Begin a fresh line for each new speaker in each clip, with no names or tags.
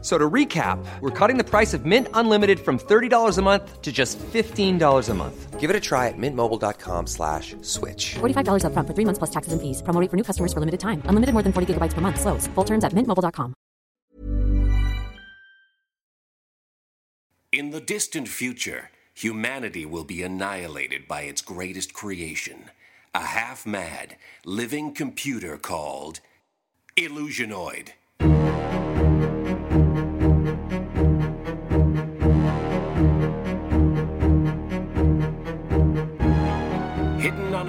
So to recap, we're cutting the price of Mint Unlimited from $30 a month to just $15 a month. Give it a try at mintmobile.com slash switch.
$45 upfront for three months plus taxes and fees. Promo rate for new customers for limited time. Unlimited more than 40 gigabytes per month. Slows. Full terms at mintmobile.com.
In the distant future, humanity will be annihilated by its greatest creation a half mad, living computer called Illusionoid. Hidden on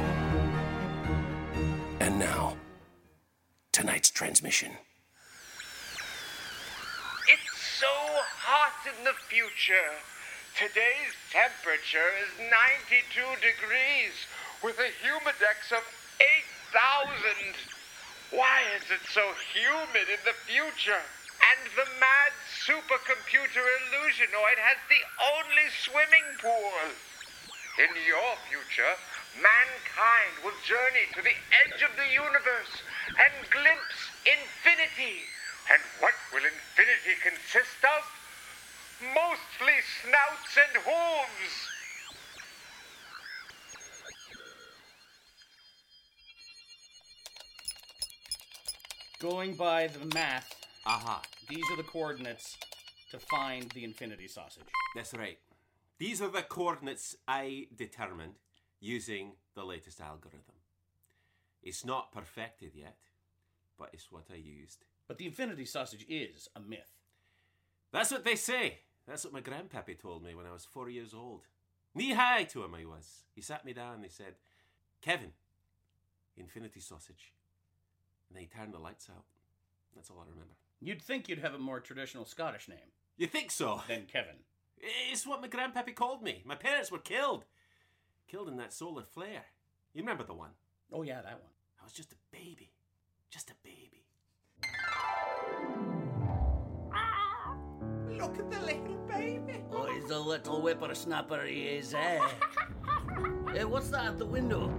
And now, tonight's transmission.
It's so hot in the future. Today's temperature is 92 degrees with a humidex of 8,000. Why is it so humid in the future? And the mad supercomputer Illusionoid has the only swimming pool. In your future, mankind will journey to the edge of the universe and glimpse infinity. And what will infinity consist of? Mostly snouts and hooves.
Going by the math, aha, these are the coordinates to find the infinity sausage.
That's right. These are the coordinates I determined using the latest algorithm. It's not perfected yet, but it's what I used.
But the infinity sausage is a myth.
That's what they say. That's what my grandpappy told me when I was four years old. Knee high to him I was. He sat me down and he said, Kevin, infinity sausage. And then he turned the lights out. That's all I remember.
You'd think you'd have a more traditional Scottish name
You think so?
than Kevin.
It's what my grandpappy called me. My parents were killed. Killed in that solar flare. You remember the one?
Oh, yeah, that one.
I was just a baby. Just a baby. Look at the little baby.
Oh, he's a little whippersnapper, he is, eh? hey, what's that at the window?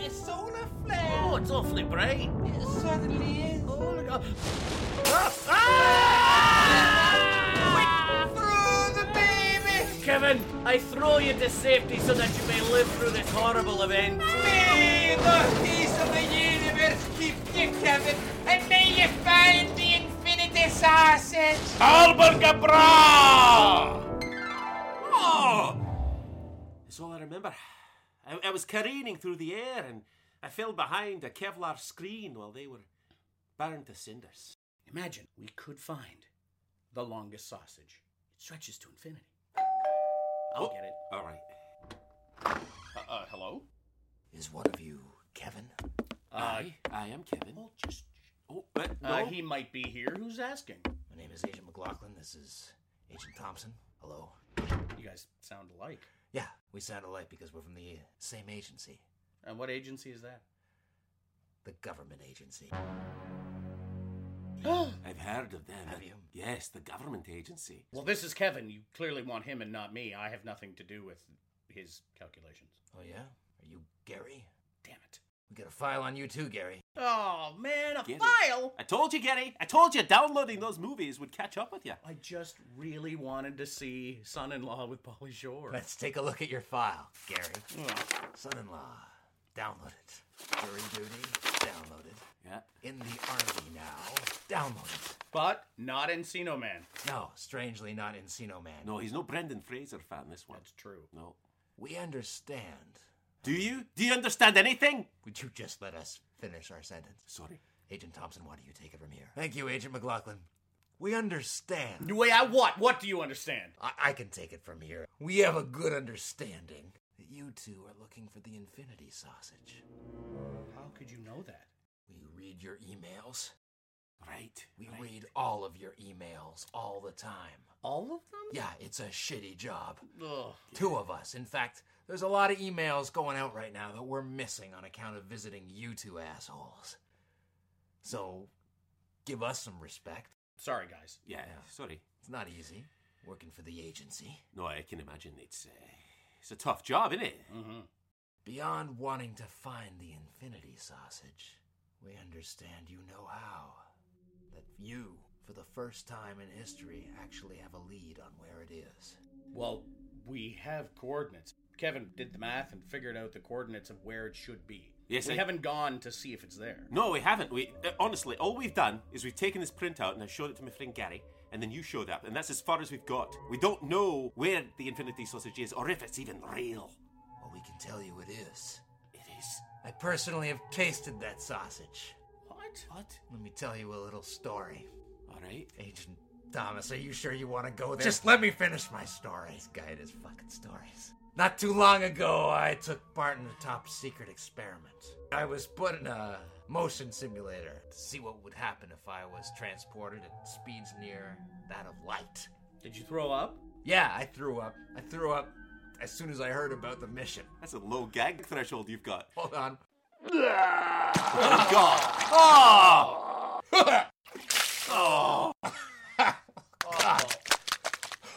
It's solar flare.
Oh, it's awfully bright.
It suddenly is.
Oh, look at
Through the baby.
Kevin, I throw you to safety so that you may live through this horrible event.
May the peace of the universe keep you, Kevin, and may you find the infinity sausage.
Oh! That's all I remember. I, I was careening through the air and I fell behind a Kevlar screen while they were burned to cinders.
Imagine we could find the longest sausage. It stretches to infinity. I'll
Oh,
get it.
All right.
Uh, uh, hello?
Is one of you Kevin?
Uh,
I am Kevin.
well, just.
Oh, but no.
Uh, he might be here. Who's asking?
My name is Agent McLaughlin. This is Agent Thompson. Hello.
You guys sound alike.
Yeah, we sound alike because we're from the same agency,
And Uh, what agency is that?
the government agency.
I've heard of them.
Have you?
Yes, the government agency.
Well, this is Kevin. You clearly want him and not me. I have nothing to do with his calculations.
Oh, yeah? Are you Gary?
Damn it.
We got a file on you too, Gary.
Oh, man, a
Get it.
file!
I told you, Gary. I told you downloading those movies would catch up with you.
I just really wanted to see Son in Law with Polly Shore.
Let's take a look at your file, Gary.
Ugh.
Son-in-law, downloaded. Jury duty, downloaded.
Yeah.
In the army now, downloaded.
But not Encino Man.
No, strangely not Encino Man.
No, he's no Brendan Fraser fan, this one.
That's true.
No.
We understand.
Do you? Do you understand anything?
Would you just let us finish our sentence?
Sorry.
Agent Thompson, why don't you take it from here? Thank you, Agent McLaughlin. We understand.
Wait, I what? What do you understand?
I, I can take it from here. We have a good understanding that you two are looking for the infinity sausage.
How could you know that?
We read your emails.
Right.
We
right.
read all of your emails all the time.
All of them?
Yeah, it's a shitty job.
Ugh.
Two of us. In fact, there's a lot of emails going out right now that we're missing on account of visiting you two assholes. So, give us some respect.
Sorry, guys.
Yeah, sorry.
It's not easy working for the agency.
No, I can imagine it's uh, it's a tough job, isn't it?
Mm-hmm.
Beyond wanting to find the infinity sausage, we understand you know how. That you, for the first time in history, actually have a lead on where it is.
Well, we have coordinates. Kevin did the math and figured out the coordinates of where it should be.
Yes,
we
I-
haven't gone to see if it's there.
No, we haven't. We uh, honestly, all we've done is we've taken this printout and I showed it to my friend Gary, and then you showed up, and that's as far as we've got. We don't know where the Infinity Sausage is, or if it's even real.
Well, we can tell you it is.
It is.
I personally have tasted that sausage.
What?
What?
Let me tell you a little story.
All right.
Agent Thomas, are you sure you want to go there? Just let me finish my story. This guy and his fucking stories. Not too long ago, I took part in a top secret experiment. I was put in a motion simulator to see what would happen if I was transported at speeds near that of light.
Did you throw up?
Yeah, I threw up. I threw up as soon as I heard about the mission.
That's a low gag threshold you've got.
Hold on.
Oh God!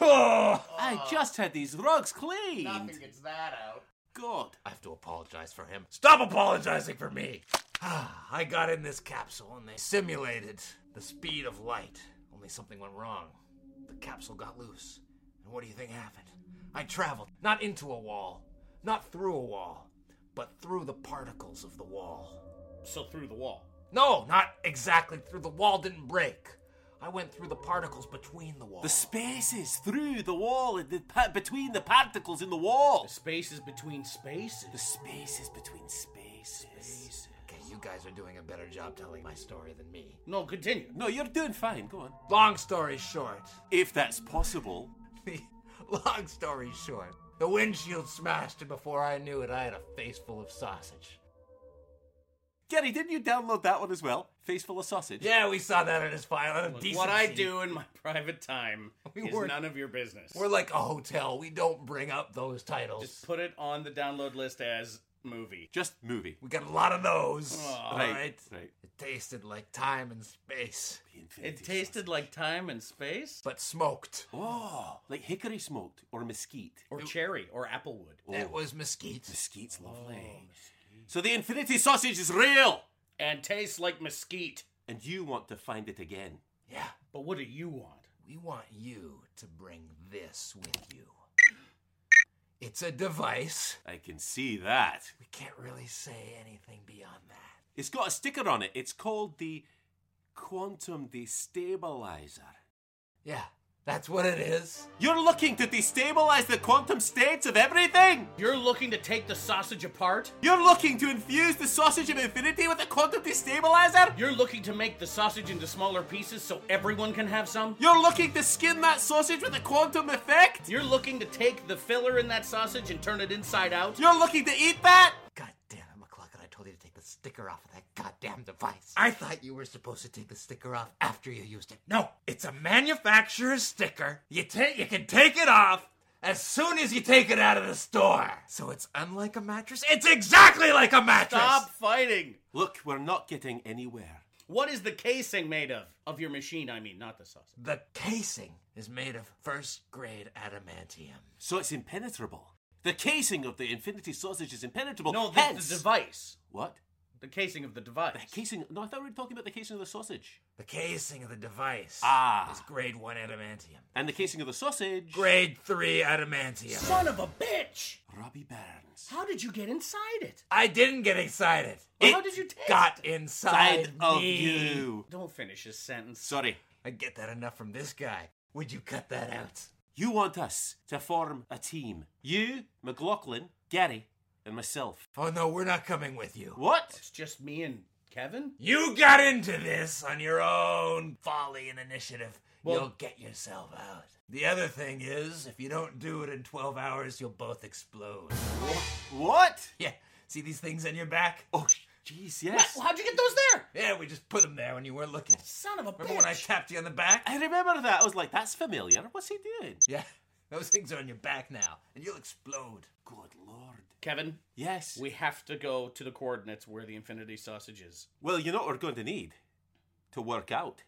Oh! oh! I just had these rugs cleaned.
Nothing gets that out.
God.
I have to apologize for him. Stop apologizing for me! Ah, I got in this capsule and they simulated the speed of light. Only something went wrong. The capsule got loose. And what do you think happened? I traveled not into a wall, not through a wall, but through the particles of the wall.
So through the wall.
No, not exactly through the wall, didn't break. I went through the particles between the walls.
The spaces through the wall, and the pa- between the particles in the wall.
The spaces between spaces.
The spaces between spaces.
okay, you guys are doing a better job telling my story than me.
No, continue.
No, you're doing fine. Go on.
Long story short,
If that's possible.
The long story short, the windshield smashed, and before I knew it, I had a face full of sausage.
Gary, didn't you download that one as well? Face full of sausage.
Yeah, we saw that in his file. out of
Look, what I
decency.
do in my private time
We
is
weren't-
none of your business.
We're like a hotel. We don't bring up those titles.
Just put it on the download list as movie.
Just movie.
we got a lot of those. all
right.
right.
Right.
It tasted like time and space,
It tasted like time and space,
but smoked.
Oh, like hickory smoked or mesquite. Oh,
or cherry, or applewood.
It was mesquite.
Mesquite's lovely. So the infinity sausage is real,
and tastes like mesquite.
and you want to find it again.
Yeah.
But what do you want?
We want you to bring this with you. It's a device.
I can see that.
We can't really say anything beyond that.
It's got a sticker on it. It's called the quantum destabilizer.
Yeah, that's what it is.
You're looking to destabilize the quantum states of everything.
You're looking to take the sausage apart?
You're looking to infuse the sausage of infinity with a quantum destabilizer.
You're looking to make the sausage into smaller pieces so everyone can have some?
You're looking to skin that sausage with a quantum effect.
You're looking to take the filler in that sausage and turn it inside out?
You're looking to eat that.
God damn it, McLaughlin, I told you to take the sticker off of that goddamn device. I thought you were supposed to take the sticker off after you used it. No, it's a manufacturer's sticker. You take you can take it off as soon as you take it out of the store. So it's unlike a mattress. It's exactly like a mattress.
Stop fighting!
Look, we're not getting anywhere.
What is the casing made of? Of your machine, I mean, not the sausage.
The casing is made of first grade adamantium.
So it's impenetrable. The casing of the infinity sausage is impenetrable.
No, the,
Hence-
the device.
What?
The casing of the device.
The casing? No, I thought we were talking about the casing of the sausage.
The casing of the device
Ah.
is grade one adamantium.
And the casing of the sausage.
Grade three adamantium.
Son of a bitch!
Robbie Burns.
How did you get inside it?
I didn't get excited.
Well, how did you taste
got
it?
inside
of
me.
you.
Don't finish his sentence.
Sorry.
I get that enough from this guy. Would you cut that out?
You want us to form a team. You, McLaughlin, Gary, and myself.
Oh no, we're not coming with you.
What?
It's just me and Kevin?
You got into this on your own folly and initiative. you'll get yourself out. The other thing is, if you don't do it in 12 hours, you'll both explode.
What?
Yeah. See these things on your back?
Oh, jeez, yes.
How'd you get those there?
Yeah, we just put them there when you weren't looking.
Son of a
Remember when I
bitch.
tapped you on the back?
I remember that. I was like, that's familiar. What's he doing?
Yeah. Those things are on your back now, and you'll explode.
Good lord.
Kevin,
Yes.
we have to go to the coordinates where the infinity sausage is.
Well, you know what we're going to need to work out.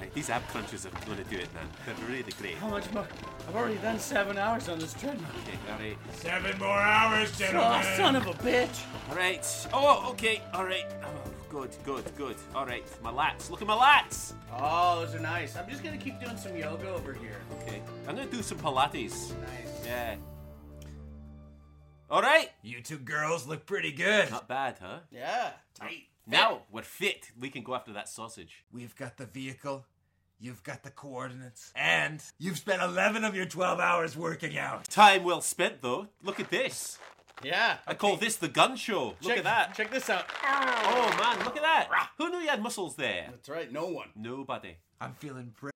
Right, these ab crunches are going to do it, man. They're really great.
How much more? I've already done seven hours on this treadmill.
Okay, all right.
Seven more hours,
Oh, son of a bitch.
All right. Oh, okay. All right. Oh, good, good, good. All right. My lats. Look at my lats.
Oh, those are nice. I'm just gonna keep doing some yoga over here.
Okay. I'm going to do some Pilates.
Nice.
Yeah. All right.
You two girls look pretty good.
Not bad, huh?
Yeah. Tight.
Now we're fit. We can go after that sausage.
We've got the vehicle, you've got the coordinates, and you've spent 11 of your 12 hours working out.
Time well spent, though. Look at this.
Yeah.
I call this the gun show. Look
check,
at that.
Check this out.
Oh man, look at that! Who knew you had muscles there?
That's right. No one.
Nobody.
I'm feeling pretty.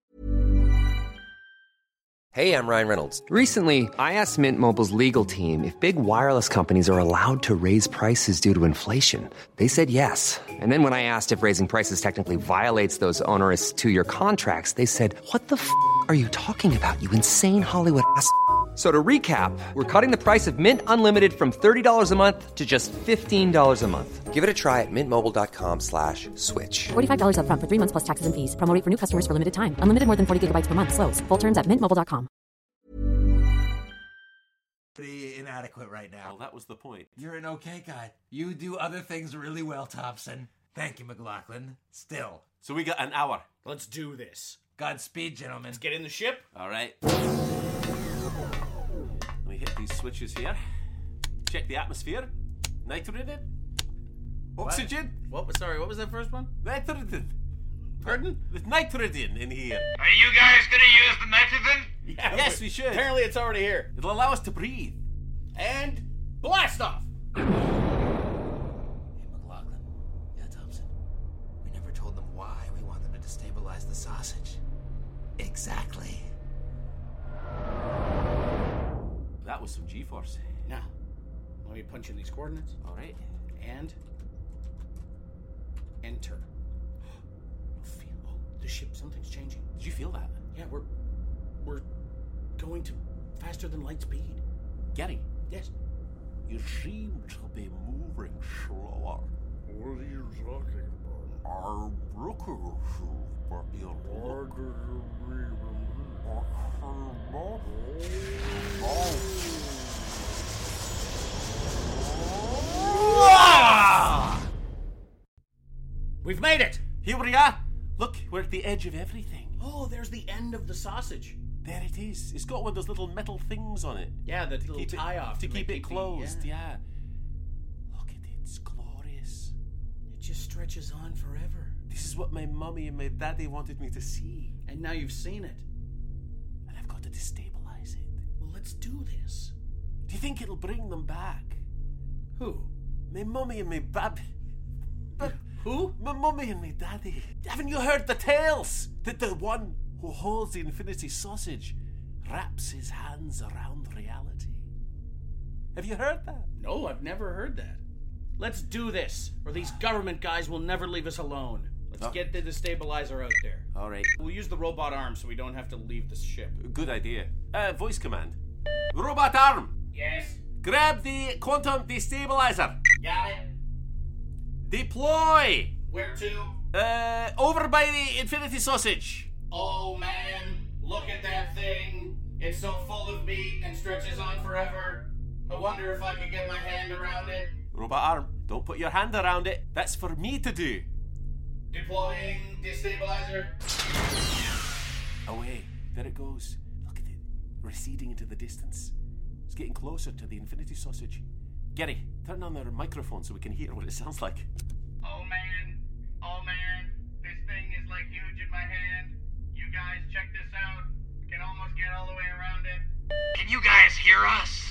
Hey, I'm Ryan Reynolds. Recently, I asked Mint Mobile's legal team if big wireless companies are allowed to raise prices due to inflation. They said yes. And then when I asked if raising prices technically violates those onerous two year contracts, they said, What the f are you talking about, you insane Hollywood ass? f- So to recap, we're cutting the price of Mint Unlimited from $30 a month to just $15 a month. Give it a try at mintmobile.com slash switch.
$45 upfront for three months plus taxes and fees. Promo rate for new customers for limited time. Unlimited more than 40 gigabytes per month. Slows. Full terms at mintmobile.com.
pretty inadequate right
Well,
now.
that was the point.
You're an okay guy. You do other things really well, Thompson. Thank you, McLaughlin. Still,
So we got an hour.
Let's do this.
Godspeed, gentlemen.
Let's get in the ship.
All right. Let me hit these switches here. Check the atmosphere. Nitrogen. Oxygen.
What was sorry? What was that first one?
Nitrogen.
Pardon?
There's nitrogen in here.
Are you guys gonna use the nitrogen?
Yeah.
Yes, we should.
Apparently, it's already here.
It'll allow us to breathe.
And blast off.
Hey, McLaughlin. Yeah, Thompson. We never told them why we want them to destabilize the sausage. Exactly.
That was some G-force.
Now, let me punch in these coordinates
All right.
and enter. I feel- Oh, the ship. Something's changing.
Did you feel that,
Yeah, we're we're going to faster than light speed.
Gary?
Yes.
You seem to be moving slower.
What are you talking about?
I'm looking at you, but you look
do you mean?
We've made it.
Here we are. Look, we're at the edge of everything.
Oh, there's the end of the sausage.
There it is. It's got one of those little metal things on it.
Yeah, the little
keep it-
tie off
to, keep
make
it
the-
closed.
yeah.
yeah. Look at it. It's glorious.
It just stretches on forever.
This is what my mummy and my daddy wanted me to see,
And now you've seen it.
and I've got to destabilize it.
Well, let's do this.
Do you think it'll bring them back?
Who?
My mummy and my bab. But
Who?
My mummy and my daddy. Haven't you heard the tales that the one who holds the infinity sausage wraps his hands around reality? Have you heard that?
No, I've never heard that. Let's do this, or these government guys will never leave us alone. Let's
Oh.
get the destabilizer out there.
All right.
We'll use the robot arm so we don't have to leave the ship.
Good idea. Uh, voice command. Robot arm,
Yes,
grab the quantum destabilizer.
got it.
Deploy.
Where to?
Uh, over by the infinity sausage.
Oh man, look at that thing. It's so full of meat and stretches on forever. I wonder if I could get my hand around it.
Robot arm, don't put your hand around it. That's for me to do.
Deploying destabilizer.
Away. Oh, There it goes. Look at it. Receding into the distance. It's getting closer to the infinity sausage. Gary, turn on their microphone so we can hear what it sounds like.
Oh man, oh man, this thing is like huge in my hand. You guys check this out. Can almost get all the way around it. Can you guys hear us?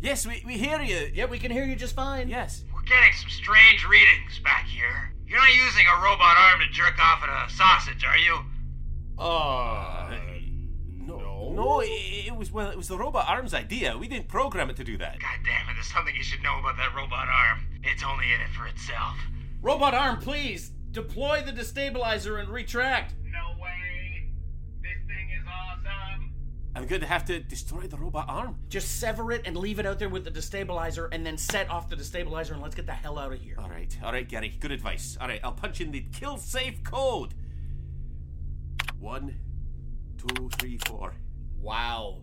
Yes, we, we hear you.
Yeah, we can hear you just fine.
Yes.
We're getting some strange readings back here.
You're not using a robot arm to jerk off at a sausage, are you?
Uh, no. No, it, it was well, it was the robot arms idea. We didn't program it to do that.
God damn it, there's something you should know about that robot arm. It's only in it for itself.
Robot arm, please deploy the destabilizer and retract.
No way. This thing is awesome.
I'm going to have to destroy the robot arm.
Just sever it and leave it out there with the destabilizer, and then set off the destabilizer and let's get the hell out of here.
All right, all right, Gary. Good advice. All right, I'll punch in the kill safe code. One, two, three, four.
Wow,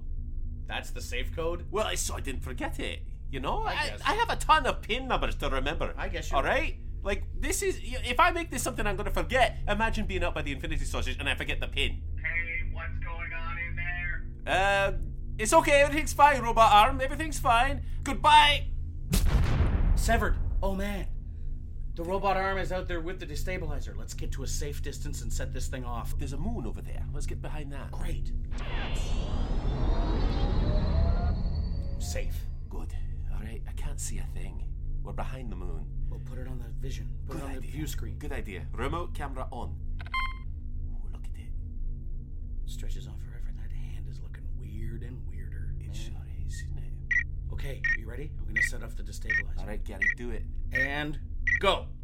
that's the safe code.
Well, I so I didn't forget it. You know, I,
guess.
I, have a ton of pin numbers to remember. I
guess you're
All right. Like this is if I make this something I'm going to forget. Imagine being up by the Infinity Sausage and I forget the pin.
Hey, what's going on in there?
Um, it's okay. Everything's fine, robot arm. Everything's fine. Goodbye.
Severed. Oh man, the robot arm is out there with the destabilizer. Let's get to a safe distance and set this thing off.
There's a moon over there. Let's get behind that.
Great. Safe.
Good. All right. I can't see a thing. We're behind the moon.
We'll put it on the vision. Put
Good
it on the
idea.
view screen.
Good idea. Remote camera on. Oh, look at it.
Stretches on forever, and that hand is looking weird and weirder.
It sure is, isn't it?
Okay, you ready? I'm gonna set off the destabilizer.
All right, Gary, do it.
And go.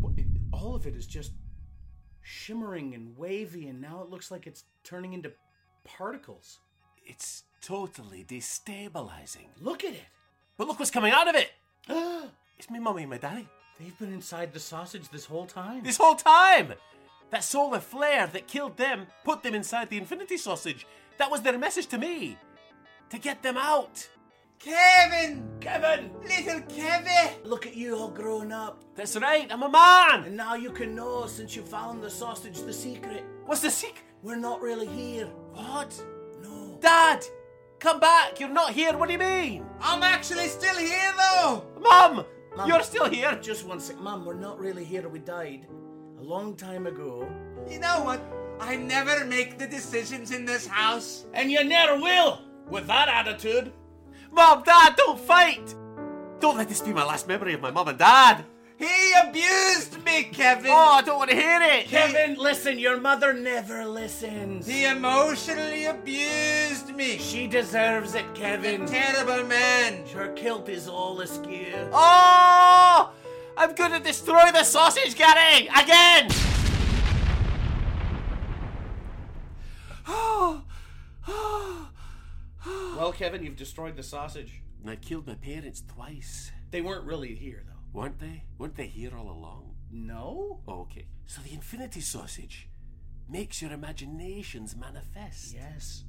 What- it- All of it is just shimmering and wavy, and now it looks like it's turning into particles.
It's totally destabilizing.
Look at it.
But look what's coming out of it. It's my mummy and my daddy.
They've been inside the sausage this whole time.
This whole time! That solar flare that killed them put them inside the Infinity Sausage. That was their message to me. To get them out.
Kevin!
Kevin!
Little Kevin! Look at you all grown up.
That's right, I'm a man!
And now you can know, since you found the sausage, the secret.
What's the secret?
We're not really here.
What?
No.
Dad! Come back! You're not here, what do you mean?
I'm actually still here, though!
Mum! You're still here!
Just one sec. Mom, we're not really here. We died a long time ago.
You know what? I never make the decisions in this house.
And you never will! With that attitude.
Mum, Dad, don't fight! Don't let this be my last memory of my mum and dad!
He abused me, Kevin.
Oh, I don't want to hear it!
Kevin, listen, your mother never listens.
He emotionally abused me.
She deserves it, Kevin.
Terrible man.
Her kilt is all askew.
Oh! I'm gonna destroy the sausage, Gary! Again!
Well, Kevin, you've destroyed the sausage.
And I killed my parents twice.
They weren't really here, though.
Weren't they? Weren't they here all along?
No?
Oh, okay. So the infinity sausage makes your imaginations manifest.
Yes.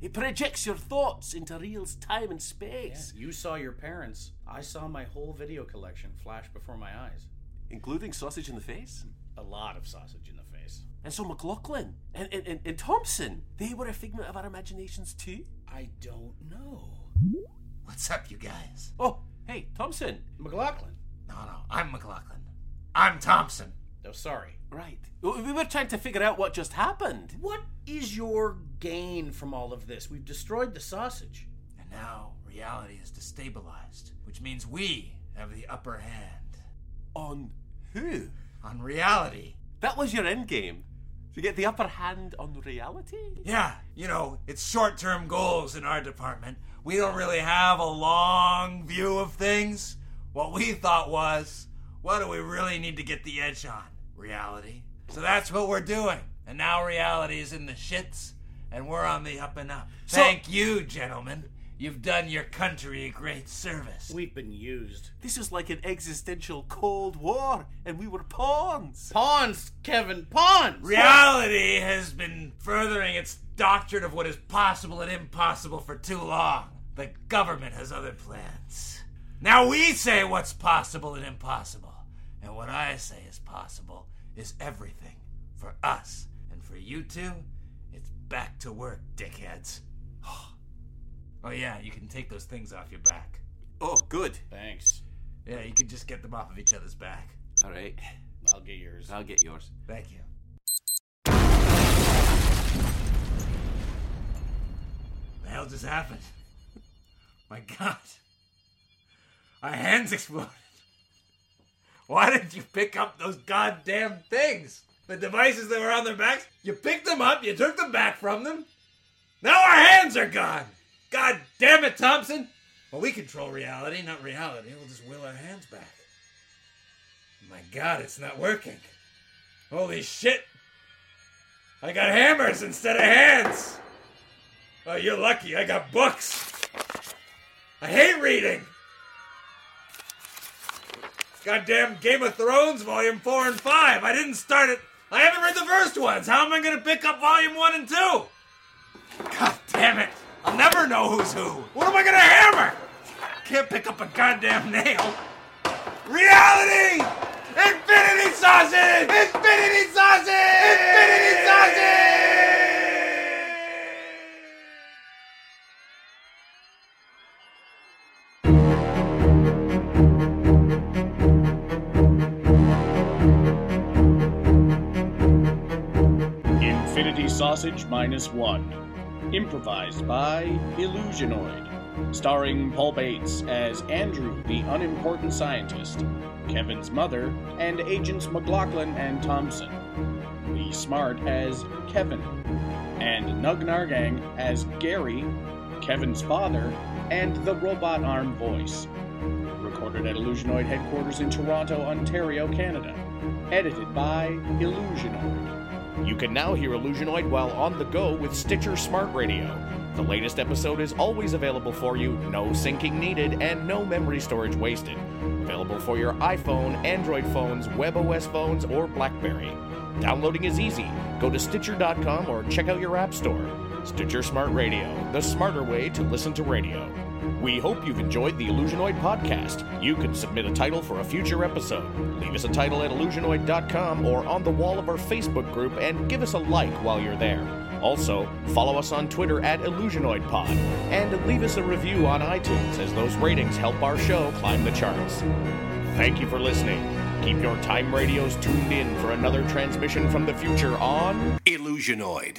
It projects your thoughts into real time and space.
You saw your parents. I saw my whole video collection flash before my eyes.
Including sausage in the face?
A lot of sausage in the face.
And so McLaughlin and, and, and, and Thompson, they were a figment of our imaginations too.
I don't know.
What's up, you guys?
Oh, hey, Thompson.
McLaughlin.
No, no, I'm McLaughlin. I'm Thompson.
No, Oh, sorry.
Right. We we were trying to figure out what just happened.
What is your gain from all of this? We've destroyed the sausage.
And now reality is destabilized, which means we have the upper hand
On who?
on reality.
That was your end game. To get the upper hand on reality?
Yeah, you know, it's short term goals in our department. We don't really have a long view of things. What we thought was, what do we really need to get the edge on? Reality. So that's what we're doing. And now reality is in the shits, and we're on the up and up.
So-
Thank you, gentlemen. You've done your country a great service.
We've been used.
This was like an existential Cold War, and we were pawns.
Pawns, Kevin, pawns!
Reality has been furthering its doctrine of what is possible and impossible for too long. The government has other plans. Now we say what's possible and impossible. And what I say is possible is everything for us. And for you two, it's back to work, dickheads. Oh, yeah, you can take those things off your back.
Oh, good.
Thanks.
Yeah, you can just get them off of each other's back.
All right.
I'll get yours.
I'll get yours.
Thank you. The hell just happened? My god. Our hands exploded. Why didn't you pick up those goddamn things? The devices that were on their backs? You picked them up, you took them back from them. Now our hands are gone! God damn it, Thompson! Well, we control reality, not reality. We'll just will our hands back. My god, it's not working. Holy shit! I got hammers instead of hands! Oh, you're lucky, I got books! I hate reading! Goddamn Game of Thrones, Volume 4 and 5. I didn't start it. I haven't read the first ones. How am I gonna pick up Volume 1 and 2? God damn it. I'll never know who's who. What am I gonna hammer? Can't pick up a goddamn nail. Reality! Infinity Sausage! Infinity Sausage! Infinity Sausage!
Infinity Sausage Minus One. Improvised by Illusionoid. Starring Paul Bates as Andrew, the unimportant scientist, Kevin's mother, and agents McLaughlin and Thompson. Lee Smart as Kevin, and Nug Nargang as Gary, Kevin's father, and the robot arm voice. Recorded at Illusionoid headquarters in Toronto, Ontario, Canada. Edited by Illusionoid.
You can now hear Illusionoid while on the go with Stitcher Smart Radio. The latest episode is always available for you, no syncing needed, and no memory storage wasted. Available for your iPhone, Android phones, WebOS phones, or Blackberry. Downloading is easy. Go to Stitcher.com or check out your app store. Stitcher Smart Radio, the smarter way to listen to radio. We hope you've enjoyed the Illusionoid podcast. You can submit a title for a future episode. Leave us a title at illusionoid.com or on the wall of our Facebook group and give us a like while you're there. Also, follow us on Twitter at IllusionoidPod and leave us a review on iTunes as those ratings help our show climb the charts. Thank you for listening. Keep your time radios tuned in for another transmission from the future on
Illusionoid.